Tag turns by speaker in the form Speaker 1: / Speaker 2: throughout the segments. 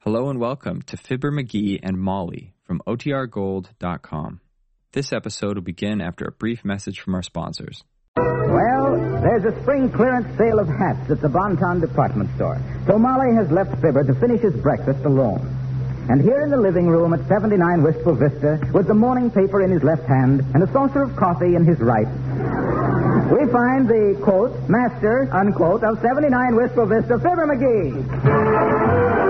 Speaker 1: Hello and welcome to Fibber McGee and Molly from OTRGold.com. This episode will begin after a brief message from our sponsors.
Speaker 2: Well, there's a spring clearance sale of hats at the Bonton department store, so Molly has left Fibber to finish his breakfast alone. And here in the living room at 79 Wistful Vista, with the morning paper in his left hand and a saucer of coffee in his right, we find the, quote, master, unquote, of 79 Wistful Vista, Fibber McGee.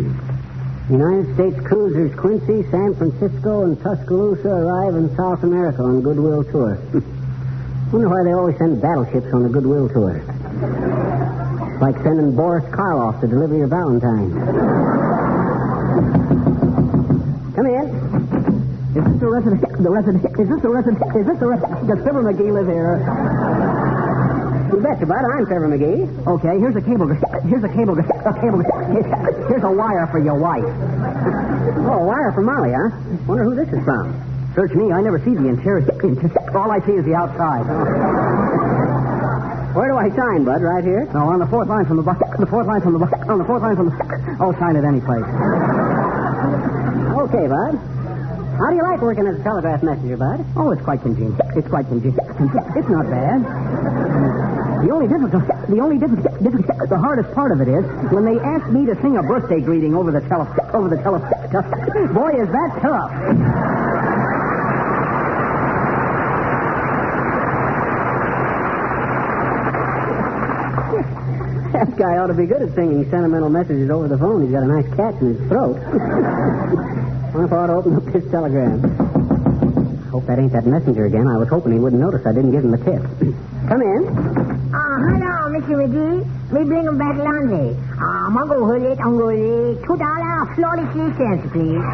Speaker 3: United States cruisers Quincy, San Francisco, and Tuscaloosa arrive in South America on goodwill tour. Wonder why they always send battleships on a goodwill tour. It's like sending Boris Karloff to deliver your Valentine. Come in.
Speaker 2: Is this the resident, the resident, is this the resident, is this the resident, does Fibber McGee live here?
Speaker 3: You betcha, bud. I'm Trevor McGee.
Speaker 2: Okay, here's a cable, here's a cable, a cable, here's a wire for your wife.
Speaker 3: Oh, a wire from Molly, huh? Wonder who this is from.
Speaker 2: Search me. I never see the interior. All I see is the outside.
Speaker 3: Where do I sign, bud? Right here?
Speaker 2: No, on the fourth line from the box. The fourth line from the box. On the fourth line from the. Oh, sign it any place.
Speaker 3: Okay, bud. How do you like working as a telegraph messenger, bud?
Speaker 2: Oh, it's quite congenial. It's quite congenial. It's not bad. The only difficult, the only difficult, difficult, the hardest part of it is when they ask me to sing a birthday greeting over the tele, over the tele. Boy, is that tough!
Speaker 3: That guy ought to be good at singing sentimental messages over the phone. He's got a nice catch in his throat. Wonder if I ought to open up this telegram. Hope that ain't that messenger again. I was hoping he wouldn't notice I didn't give him a tip. Come in.
Speaker 4: Uh, hello, Mr. McGee. Me bring 'em back Lundy. Uh, Mungo Hullet, Ungo Hullet, two dollar, forty-three cents, please.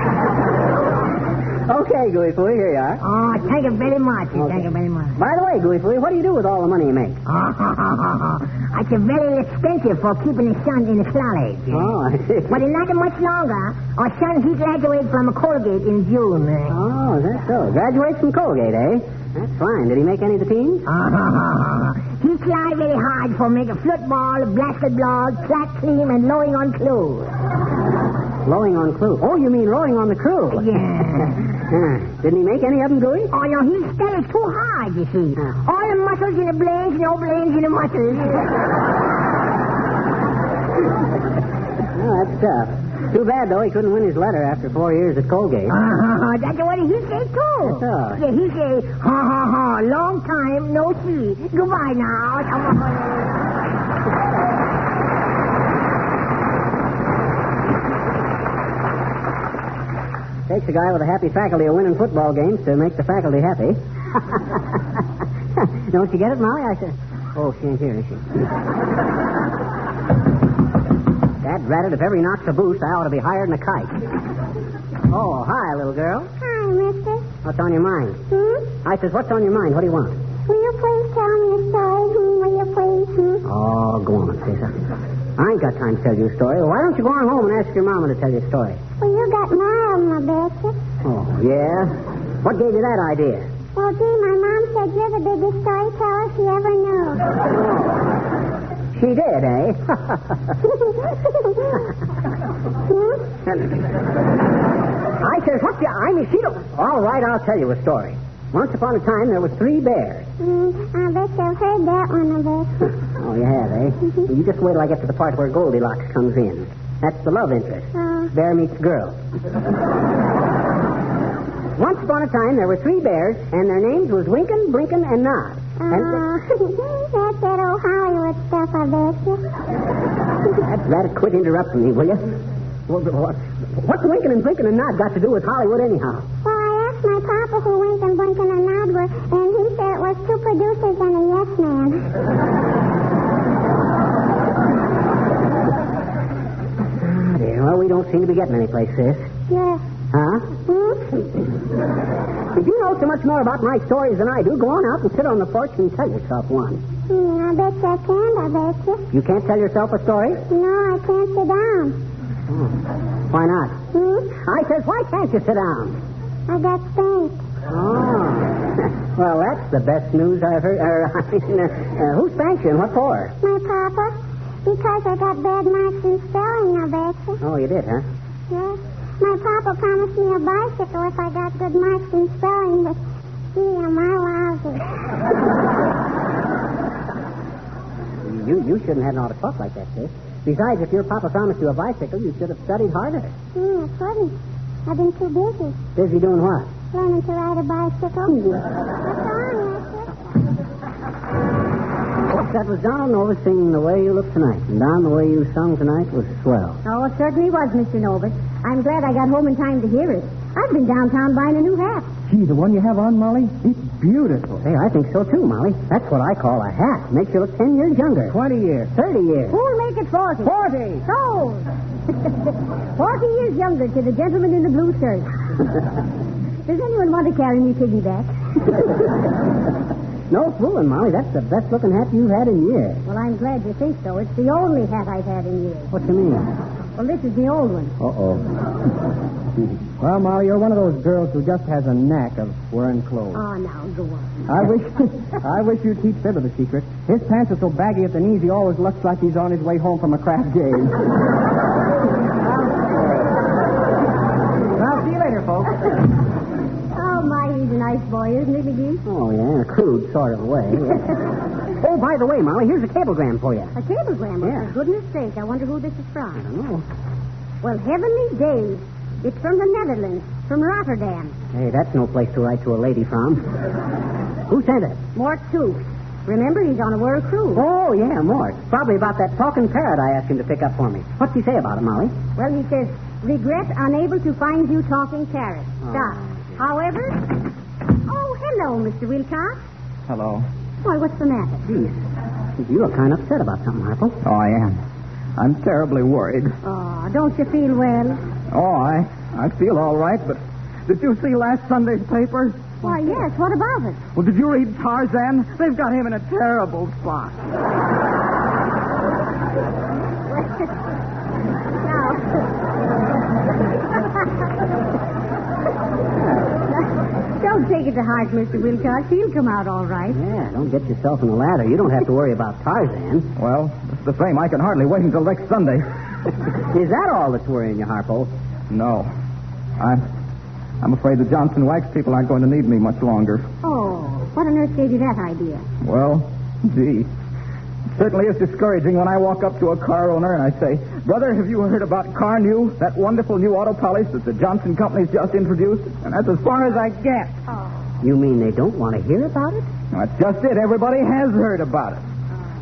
Speaker 3: Okay, Gooey here you are.
Speaker 4: Oh, thank you very much. Thank you very much.
Speaker 3: By the way, Gooey what do you do with all the money you make?
Speaker 4: Oh, it's very expensive for keeping the son in the college.
Speaker 3: Oh, I see.
Speaker 4: But not much longer. Our son, he graduated from Colgate in June.
Speaker 3: Oh, is that so? Graduates from Colgate, eh? That's fine. Did he make any of the teams?
Speaker 4: he tried very hard for making football, basketball, track team, and lowing on clothes.
Speaker 3: Lowing on crew. Oh, you mean rowing on the crew?
Speaker 4: Yeah.
Speaker 3: Huh. Didn't he make any of them, Gooey?
Speaker 4: Oh, no, he studies too hard, you see.
Speaker 3: Uh-huh.
Speaker 4: All the muscles in the brains, no brains in the muscles.
Speaker 3: Oh, that's tough. Too bad, though, he couldn't win his letter after four years at Colgate.
Speaker 4: uh, that's what he say, too.
Speaker 3: That's all.
Speaker 4: Yeah, he say, ha, ha, ha, long time, no see. Goodbye now.
Speaker 3: Takes a guy with a happy faculty of winning football games to make the faculty happy. Don't you get it, Molly? I said, oh, she ain't here, is she? Dad ratted, if every knock's a boost, I ought to be higher than a kite. Oh, hi, little girl.
Speaker 5: Hi, mister.
Speaker 3: What's on your mind?
Speaker 5: Hmm?
Speaker 3: I says, what's on your mind? What do you want?
Speaker 5: Will you please tell me a story? Hmm? Will you please? Hmm?
Speaker 3: Oh, go on, Cesar. I ain't got time to tell you a story. Why don't you go on home and ask your mama to tell you a story?
Speaker 5: Well, you got my album, I bet you.
Speaker 3: Oh, yeah? What gave you that idea?
Speaker 5: Well, gee, my mom said you're the biggest storyteller she ever knew.
Speaker 3: She did, eh?
Speaker 5: hmm?
Speaker 3: I says, what the... I mean, she don't... All right, I'll tell you a story. Once upon a time, there was three bears.
Speaker 5: Hmm, I bet you've heard that one, I bet.
Speaker 3: Oh, you have, eh? Well, you just wait till I get to the part where Goldilocks comes in. That's the love interest.
Speaker 5: Oh,
Speaker 3: Bear meets girl. Once upon a time, there were three bears, and their names was Winkin', Blinkin', and Nod. And
Speaker 5: oh. that's that old Hollywood stuff, I bet you.
Speaker 3: that rat, quit interrupting me, will you? What, what, what's Winkin' and Blinkin' and Nod got to do with Hollywood, anyhow?
Speaker 5: Well, I asked my papa who Wink and Blink and Nod were, and he said it was two producers and a yes man.
Speaker 3: Oh, dear. Well, we don't seem to be getting anyplace, sis.
Speaker 5: You're,
Speaker 3: Huh?
Speaker 5: hmm?
Speaker 3: If you know so much more about my stories than I do, go on out and sit on the porch and tell yourself one.
Speaker 5: Hmm, I bet you I can't, I bet you.
Speaker 3: You can't tell yourself a story?
Speaker 5: No, I can't sit down.
Speaker 3: Why not?
Speaker 5: Hmm?
Speaker 3: I says, why can't you sit down?
Speaker 5: I got spanked.
Speaker 3: Oh. well, that's the best news I've heard. Er, I mean, uh, uh, who spanked you and what for?
Speaker 5: My papa. Because I got bad marks in spelling, I'll bet you.
Speaker 3: Oh, you did, huh?
Speaker 5: Yes. My papa promised me a bicycle if I got good marks in spelling, but gee, am I lousy.
Speaker 3: You you shouldn't have had to talk like that, Sid. Besides, if your papa promised you a bicycle, you should have studied harder.
Speaker 5: Hmm, I couldn't. I've been too busy
Speaker 3: Busy doing what?
Speaker 5: learning to ride a bicycle. What's wrong, Esther?
Speaker 3: That was Don Nova singing The Way You Look Tonight. And Don, the way you sung tonight was swell.
Speaker 4: Oh, it certainly was, Mr. Novus. I'm glad I got home in time to hear it. I've been downtown buying a new hat.
Speaker 2: Gee, the one you have on, Molly? It's beautiful.
Speaker 3: Hey, I think so too, Molly. That's what I call a hat. Makes you look ten years younger.
Speaker 2: Twenty years.
Speaker 3: Thirty years.
Speaker 4: Who'll make it 40?
Speaker 2: 40!
Speaker 4: Sold! 40 years younger to the gentleman in the blue shirt. Does anyone want to carry me piggyback?
Speaker 3: No fooling, Molly. That's the best looking hat you've had in years.
Speaker 4: Well, I'm glad you think so. It's the only hat I've had in years.
Speaker 3: What you mean?
Speaker 4: Well, this is the old one.
Speaker 3: Uh-oh.
Speaker 2: Well, Molly, you're one of those girls who just has a knack of wearing clothes.
Speaker 4: Oh, now, go on.
Speaker 2: I wish I wish you'd teach Fibber the secret. His pants are so baggy at the knees he always looks like he's on his way home from a craft game. well, see you later, folks.
Speaker 4: Oh, my, he's a nice boy, isn't he, McGee?
Speaker 3: Oh, yeah, in a crude sort of way. yes. oh, by the way, Molly, here's a cablegram for you.
Speaker 4: A cablegram.
Speaker 3: Yeah.
Speaker 4: For goodness sake, I wonder who this is from.
Speaker 3: Oh.
Speaker 4: Well, heavenly days. It's from the Netherlands, from Rotterdam.
Speaker 3: Hey, that's no place to write to a lady from. Who sent it?
Speaker 4: Mort Tooth. Remember, he's on a world cruise.
Speaker 3: Oh, yeah, Mort. Probably about that talking parrot I asked him to pick up for me. What'd she say about it, Molly?
Speaker 4: Well, he says, regret unable to find you talking parrot. Stop. However, oh, hello, Mr. Wilcox.
Speaker 2: Hello.
Speaker 4: Why, what's the matter?
Speaker 3: Jeez. You look kind of upset about something, Harpo.
Speaker 2: Oh, I am. I'm terribly worried.
Speaker 4: Oh, don't you feel well?
Speaker 2: Oh, I I feel all right, but did you see last Sunday's paper?
Speaker 4: Why, yes, what about it?
Speaker 2: Well, did you read Tarzan? They've got him in a terrible spot.
Speaker 4: Don't take it to heart, Mr. Wilcox. He'll come out all right.
Speaker 3: Yeah, don't get yourself in a ladder. You don't have to worry about Tarzan.
Speaker 2: Well, it's the same. I can hardly wait until next Sunday.
Speaker 3: Is that all that's worrying you, Harpo?
Speaker 2: no, I'm I'm afraid the Johnson Wax people aren't going to need me much longer.
Speaker 4: Oh, what on earth gave you that idea?
Speaker 2: Well, gee. It certainly is discouraging when I walk up to a car owner and I say, Brother, have you heard about Car New, that wonderful new auto polish that the Johnson Company's just introduced? And that's as far as I get.
Speaker 3: You mean they don't want to hear about it?
Speaker 2: That's just it. Everybody has heard about it.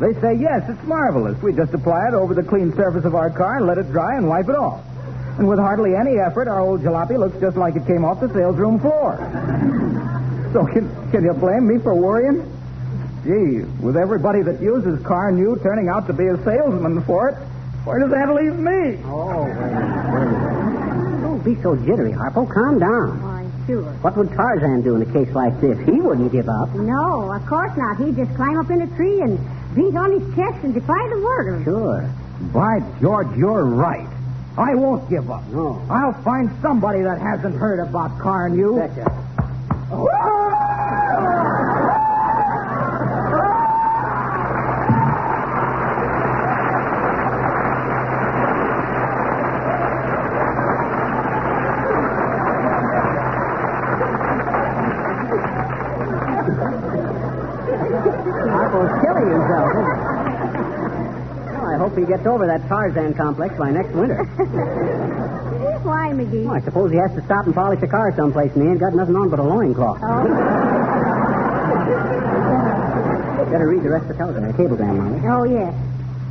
Speaker 2: They say, yes, it's marvelous. We just apply it over the clean surface of our car and let it dry and wipe it off. And with hardly any effort, our old jalopy looks just like it came off the salesroom floor. so can, can you blame me for worrying? Gee, with everybody that uses Car New turning out to be a salesman for it, where does that leave me?
Speaker 3: Oh, Don't be so jittery, Harpo. Calm down.
Speaker 4: Why, sure.
Speaker 3: What would Tarzan do in a case like this? He wouldn't give up.
Speaker 4: No, of course not. He'd just climb up in a tree and beat on his chest and defy the world.
Speaker 3: Sure.
Speaker 2: By George, you're right. I won't give up.
Speaker 3: No.
Speaker 2: I'll find somebody that hasn't heard about Car New.
Speaker 3: Harpo's killing himself. isn't he? Well, I hope he gets over that Tarzan complex by next winter.
Speaker 4: Why, McGee?
Speaker 3: Well, I suppose he has to stop and polish a car someplace, and he ain't got nothing on but a loincloth.
Speaker 4: Oh,
Speaker 3: Better read the rest of the telegram, the cablegram, Molly.
Speaker 4: Oh, yes.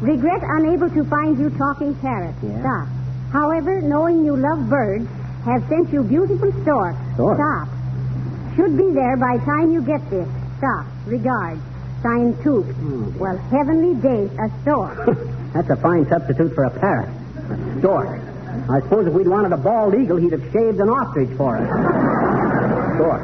Speaker 4: Regret unable to find you talking parrot.
Speaker 3: Yeah.
Speaker 4: Stop. However, knowing you love birds, have sent you beautiful stork.
Speaker 3: Stork?
Speaker 4: Stop. Should be there by time you get this. Stop. Regards. Signed Toot.
Speaker 3: Hmm.
Speaker 4: well, heavenly days, a stork.
Speaker 3: That's a fine substitute for a parrot. A stork. I suppose if we'd wanted a bald eagle, he'd have shaved an ostrich for us. stork.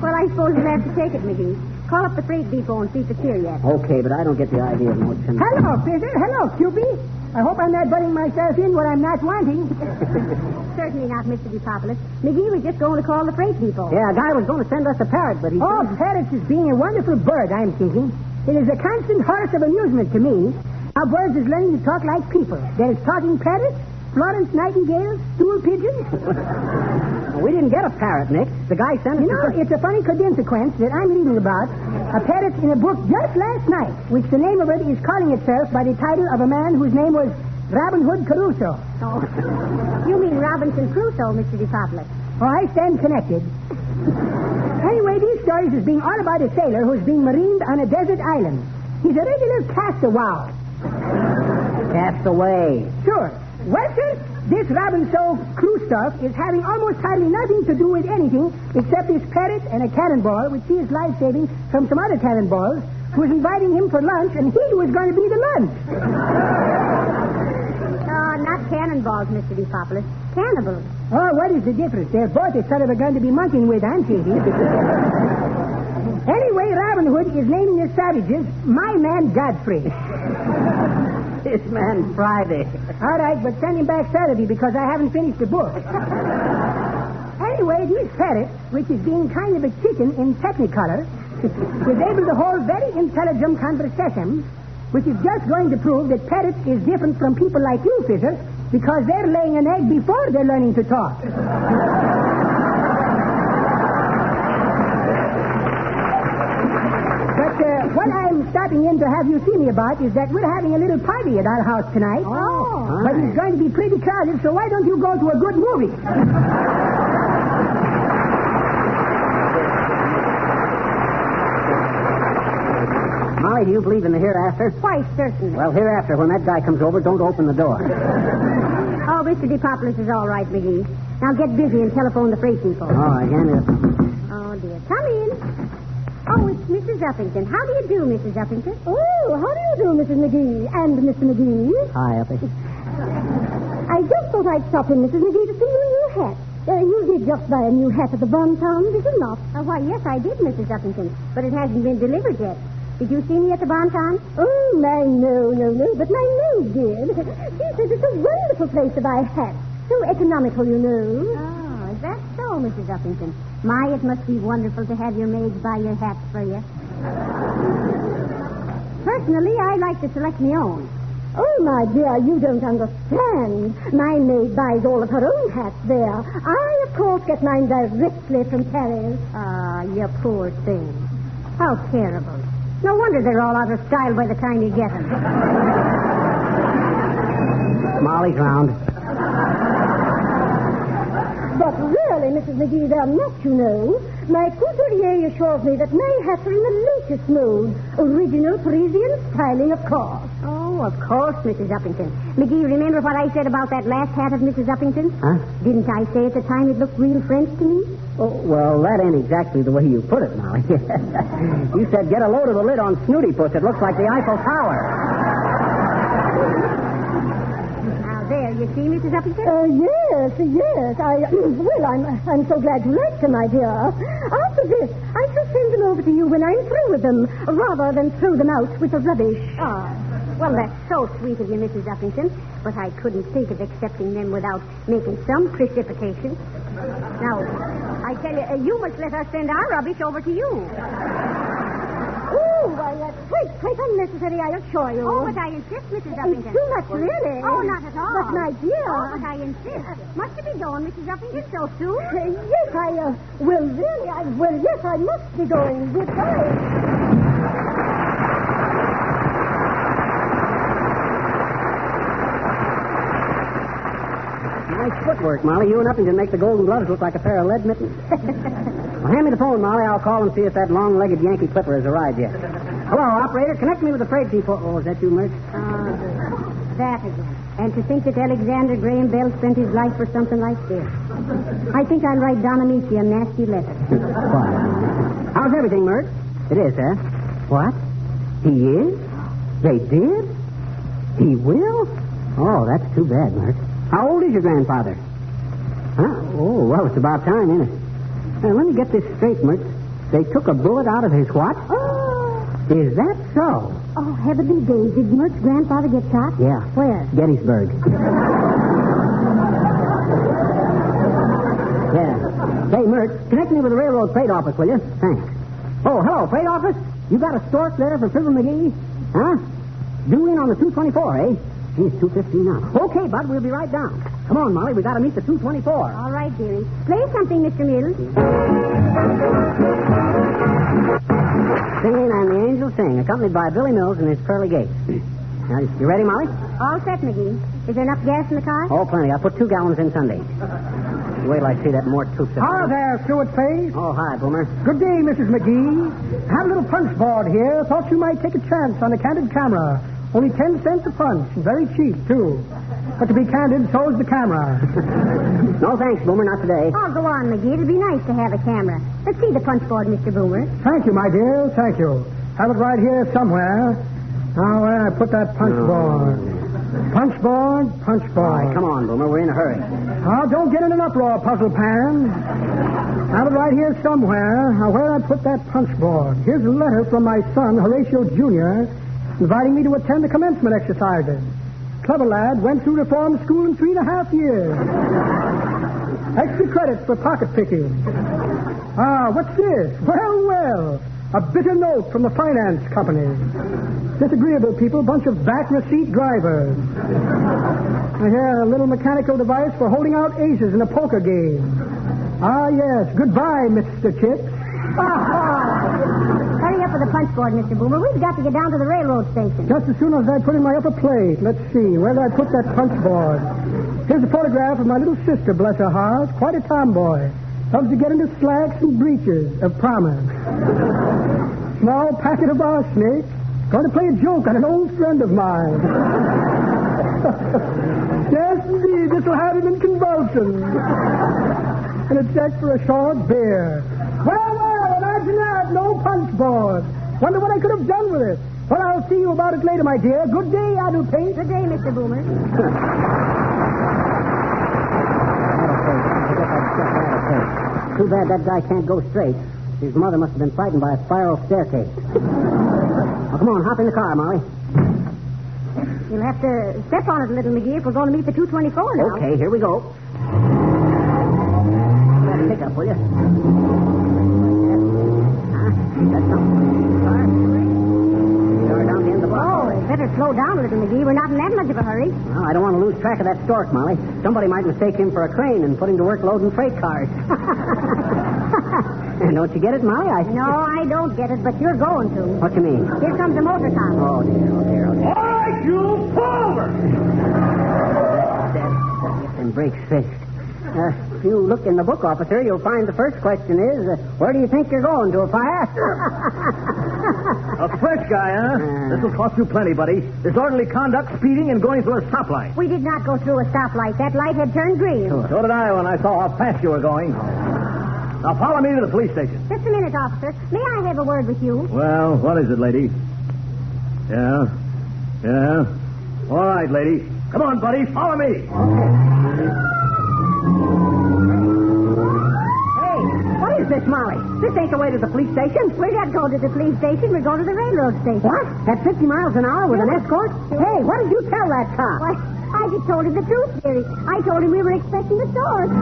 Speaker 4: well, I suppose you'll have to take it, McGee. Call up the freight depot and see if it's here yet.
Speaker 3: Okay, but I don't get the idea of no
Speaker 4: Hello, Fizzer. Hello, Cupid.
Speaker 3: I hope I'm not butting myself in what I'm not wanting.
Speaker 4: Certainly not, Mr. DePopulis. McGee was just going to call the freight people.
Speaker 3: Yeah, a guy was going to send us a parrot, but he.
Speaker 6: Oh, parrots is being a wonderful bird, I'm thinking. It is a constant horse of amusement to me. How birds is learning to talk like people. There is talking parrots, Florence Nightingale, stool pigeons.
Speaker 3: we didn't get a parrot, Nick. The guy sent us.
Speaker 6: You know,
Speaker 3: a-
Speaker 6: it's a funny coincidence that I'm reading about a parrot in a book just last night, which the name of it is calling itself by the title of a man whose name was Robin Hood Caruso.
Speaker 4: Oh. you mean Robinson Crusoe, Mr. DePopulis.
Speaker 6: Oh, I stand connected. anyway, these stories is being all about a sailor who's being marined on a desert island. He's a regular castaway.
Speaker 3: Cast away.
Speaker 6: Sure. Well, sir, this Robinson Crusoe is having almost hardly nothing to do with anything except his parrot and a cannonball, which he is life-saving from some other cannonballs, who's inviting him for lunch, and he was going to be the lunch.
Speaker 4: Uh, not cannonballs, Mr. DePopulis. Cannibals.
Speaker 6: Oh, what is the difference? They're both a sort of a gun to be monkeying with, aren't they? anyway, Robin Hood is naming his savages My Man Godfrey.
Speaker 3: This man Friday.
Speaker 6: All right, but send him back Saturday because I haven't finished the book. anyway, this parrot, which is being kind of a chicken in Technicolor, is able to hold very intelligent conversations, which is just going to prove that parrots is different from people like you, Fisher, because they're laying an egg before they're learning to talk. But uh, what I'm stopping in to have you see me about is that we're having a little party at our house tonight.
Speaker 3: Oh.
Speaker 6: But it's going to be pretty crowded, so why don't you go to a good movie?
Speaker 3: Molly, do you believe in the hereafter?
Speaker 4: Quite certainly.
Speaker 3: Well, hereafter, when that guy comes over, don't open the door.
Speaker 4: Oh, Mr. DePopulis is all right, McGee. Now get busy and telephone the freight people.
Speaker 3: Oh, I can't.
Speaker 4: Oh, dear. Come in. Oh, it's Mrs. Uppington. How do you do, Mrs. Uppington?
Speaker 5: Oh, how do you do, Mrs. McGee and Mr. McGee?
Speaker 3: Hi, Uppy.
Speaker 5: I just thought I'd stop in, Mrs. McGee, to see your new hat. Uh, you did just buy a new hat at the Bon Town, did you not?
Speaker 4: Uh, why, yes, I did, Mrs. Uppington, but it hasn't been delivered yet. Did you see me at the Bonton?
Speaker 5: Oh, my, no, no, no, but my no did. She says it's a wonderful place to buy hats. So economical, you know.
Speaker 4: Oh, is that so, Mrs. Uppington? My, it must be wonderful to have your maids buy your hats for you. Personally, I like to select my own.
Speaker 5: Oh, my dear, you don't understand. My maid buys all of her own hats there. I, of course, get mine directly from Paris.
Speaker 4: Ah, you poor thing. How terrible. No wonder they're all out of style by the time you get them.
Speaker 3: Molly's round.
Speaker 5: But really, Mrs. McGee, they're not, you know. My couturier assures me that my hats are in the latest mode. Original Parisian styling, of course.
Speaker 4: Oh, of course, Mrs. Uppington. McGee, remember what I said about that last hat of Mrs. Uppington's?
Speaker 3: Huh?
Speaker 4: Didn't I say at the time it looked real French to me?
Speaker 3: Oh, well, that ain't exactly the way you put it, Molly. you said get a load of the lid on Snooty Puss. It looks like the Eiffel Tower.
Speaker 4: Now, there, you see, Mrs. Uppington?
Speaker 5: Uh, yes, yes. I uh, well, I'm I'm so glad you liked them, my dear. After this, I shall send them over to you when I'm through with them, rather than throw them out with the rubbish.
Speaker 4: Oh, well, that's so sweet of you, Mrs. Uppington. But I couldn't think of accepting them without making some precipitation. Now, I tell you, uh, you must let us send our rubbish over to you.
Speaker 5: Oh, why that's quite quite unnecessary, I assure you.
Speaker 4: Oh, but I insist, Mrs.
Speaker 5: it's
Speaker 4: Uppington.
Speaker 5: too much, really.
Speaker 4: Oh, not at all.
Speaker 5: But my dear.
Speaker 4: Oh, but I insist. Must you be going, Mrs. Uppington, so
Speaker 5: Uh,
Speaker 4: soon?
Speaker 5: yes, I uh, well, really, I well, yes, I must be going. Goodbye.
Speaker 3: Nice footwork, Molly. You and Uppington make the golden gloves look like a pair of lead mittens. well, hand me the phone, Molly. I'll call and see if that long-legged Yankee clipper has arrived yet. Hello, operator. Connect me with the freight people. Oh, is that you, Merch?
Speaker 4: That again. And to think that Alexander Graham Bell spent his life for something like this. I think I'll write Don Amici a nasty letter.
Speaker 3: Why? How's everything, Mert? It is, huh? What? He is? They did? He will? Oh, that's too bad, Mert. How old is your grandfather? Huh? Oh, well, it's about time, isn't it? Now, let me get this straight, Mert. They took a bullet out of his what?
Speaker 5: Oh,
Speaker 3: Is that so?
Speaker 5: Oh, heavenly days. Did Mert's grandfather get shot?
Speaker 3: Yeah.
Speaker 5: Where?
Speaker 3: Gettysburg. yeah. Hey, Mert, connect me with the railroad freight office, will you? Thanks. Oh, hello, freight office? You got a stork there for Fizzle McGee? Huh? Due in on the 224, eh? Geez, 215 now. Okay, bud, we'll be right down. Come on, Molly, we gotta meet the 224.
Speaker 4: All right, dearie. Play something, Mr. Mills.
Speaker 3: Singing and the Angels Sing, accompanied by Billy Mills and his Pearly Gates. Now, you ready, Molly?
Speaker 4: All set, McGee. Is there enough gas in the car?
Speaker 3: Oh, plenty. I put two gallons in Sunday. Wait till I see that more tooth.
Speaker 7: Hi there, Stuart Face.
Speaker 3: Oh, hi, Boomer.
Speaker 7: Good day, Mrs. McGee. Have a little punch board here. Thought you might take a chance on a candid camera. Only ten cents a punch, and very cheap, too. But to be candid, so's the camera.
Speaker 3: No thanks, Boomer, not today.
Speaker 4: Oh, go on, McGee. It'll be nice to have a camera. Let's see the punch board, Mr. Boomer.
Speaker 7: Thank you, my dear. Thank you. Have it right here somewhere. Now, where I put that punch board. Punch board, punch board.
Speaker 3: All right, come on, Boomer. We're in a hurry.
Speaker 7: Now, Ah, don't get in an uproar, Puzzle Pan. Have it right here somewhere. Now, where I put that punch board. Here's a letter from my son, Horatio Jr., inviting me to attend the commencement exercises. Clever lad, went through reform school in three and a half years. Extra credits for pocket picking. Ah, what's this? Well, well. A bitter note from the finance company. Disagreeable people, bunch of back receipt drivers. I hear a little mechanical device for holding out aces in a poker game. Ah, yes. Goodbye, Mr. Chips.
Speaker 4: Hurry up with the punch board, Mr. Boomer. We've got to get down to the railroad station.
Speaker 7: Just as soon as I put in my upper plate, let's see, where did I put that punch board? Here's a photograph of my little sister, bless her heart, quite a tomboy. Loves to get into slacks and breeches of promise. Small packet of arsenic. Going to play a joke on an old friend of mine. yes, indeed, this will have him in convulsions. and a check for a short beer. Well, well, imagine that. No punch board. Wonder what I could have done with it. Well, I'll see you about it later, my dear. Good day, Adult Paint.
Speaker 4: Good day, Mr. Boomer.
Speaker 3: Too bad that guy can't go straight. His mother must have been frightened by a spiral staircase. now, come on, hop in the car, Molly.
Speaker 4: You'll have to step on it a little, McGee, if we're going to meet the 224 now.
Speaker 3: Okay, here we go. Pick up, will you? You're down the end of the block.
Speaker 4: Oh, better slow down a little, McGee. We're not in that much of a hurry.
Speaker 3: Well, I don't want to lose track of that stork, Molly. Somebody might mistake him for a crane and put him to work loading freight cars. don't you get it, Molly? I...
Speaker 4: No, I don't get it, but you're going to.
Speaker 3: What you mean?
Speaker 4: Here comes the motor car.
Speaker 3: Oh, dear, oh, dear, oh, dear.
Speaker 8: All right, you forward!
Speaker 3: Get them brakes fixed. Uh, if you look in the book, officer, you'll find the first question is, uh, where do you think you're going, to a fire?
Speaker 8: A French guy, huh?
Speaker 3: Hmm.
Speaker 8: This will cost you plenty, buddy. Disorderly conduct, speeding, and going through a stoplight.
Speaker 4: We did not go through a stoplight. That light had turned green.
Speaker 2: Oh.
Speaker 8: So did I when I saw how fast you were going. Now follow me to the police station.
Speaker 4: Just a minute, officer. May I have a word with you?
Speaker 8: Well, what is it, lady? Yeah, yeah. All right, lady. Come on, buddy. Follow me.
Speaker 3: Hey, what is this, Molly? This ain't the way to the police station.
Speaker 4: We're not going to the police station. We're going to the railroad station.
Speaker 3: What? At 50 miles an hour with an escort? Hey, what did you tell that cop?
Speaker 4: Why, I just told him the truth, dearie. I told him we were expecting the storm.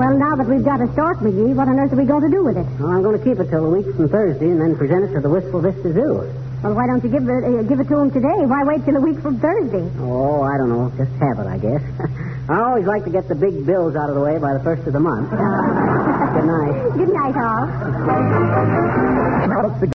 Speaker 4: well, now that we've got a stork, McGee, what on earth are we going to do with it?
Speaker 3: Well, I'm going to keep it till a week from Thursday and then present it to the Wistful Vista Zoo.
Speaker 4: Well, why don't you give it, uh, give it to him today? Why wait till a week from Thursday?
Speaker 3: Oh, I don't know. Just have it, I guess. I always like to get the big bills out of the way by the first of the month. Good night.
Speaker 4: Good night, all.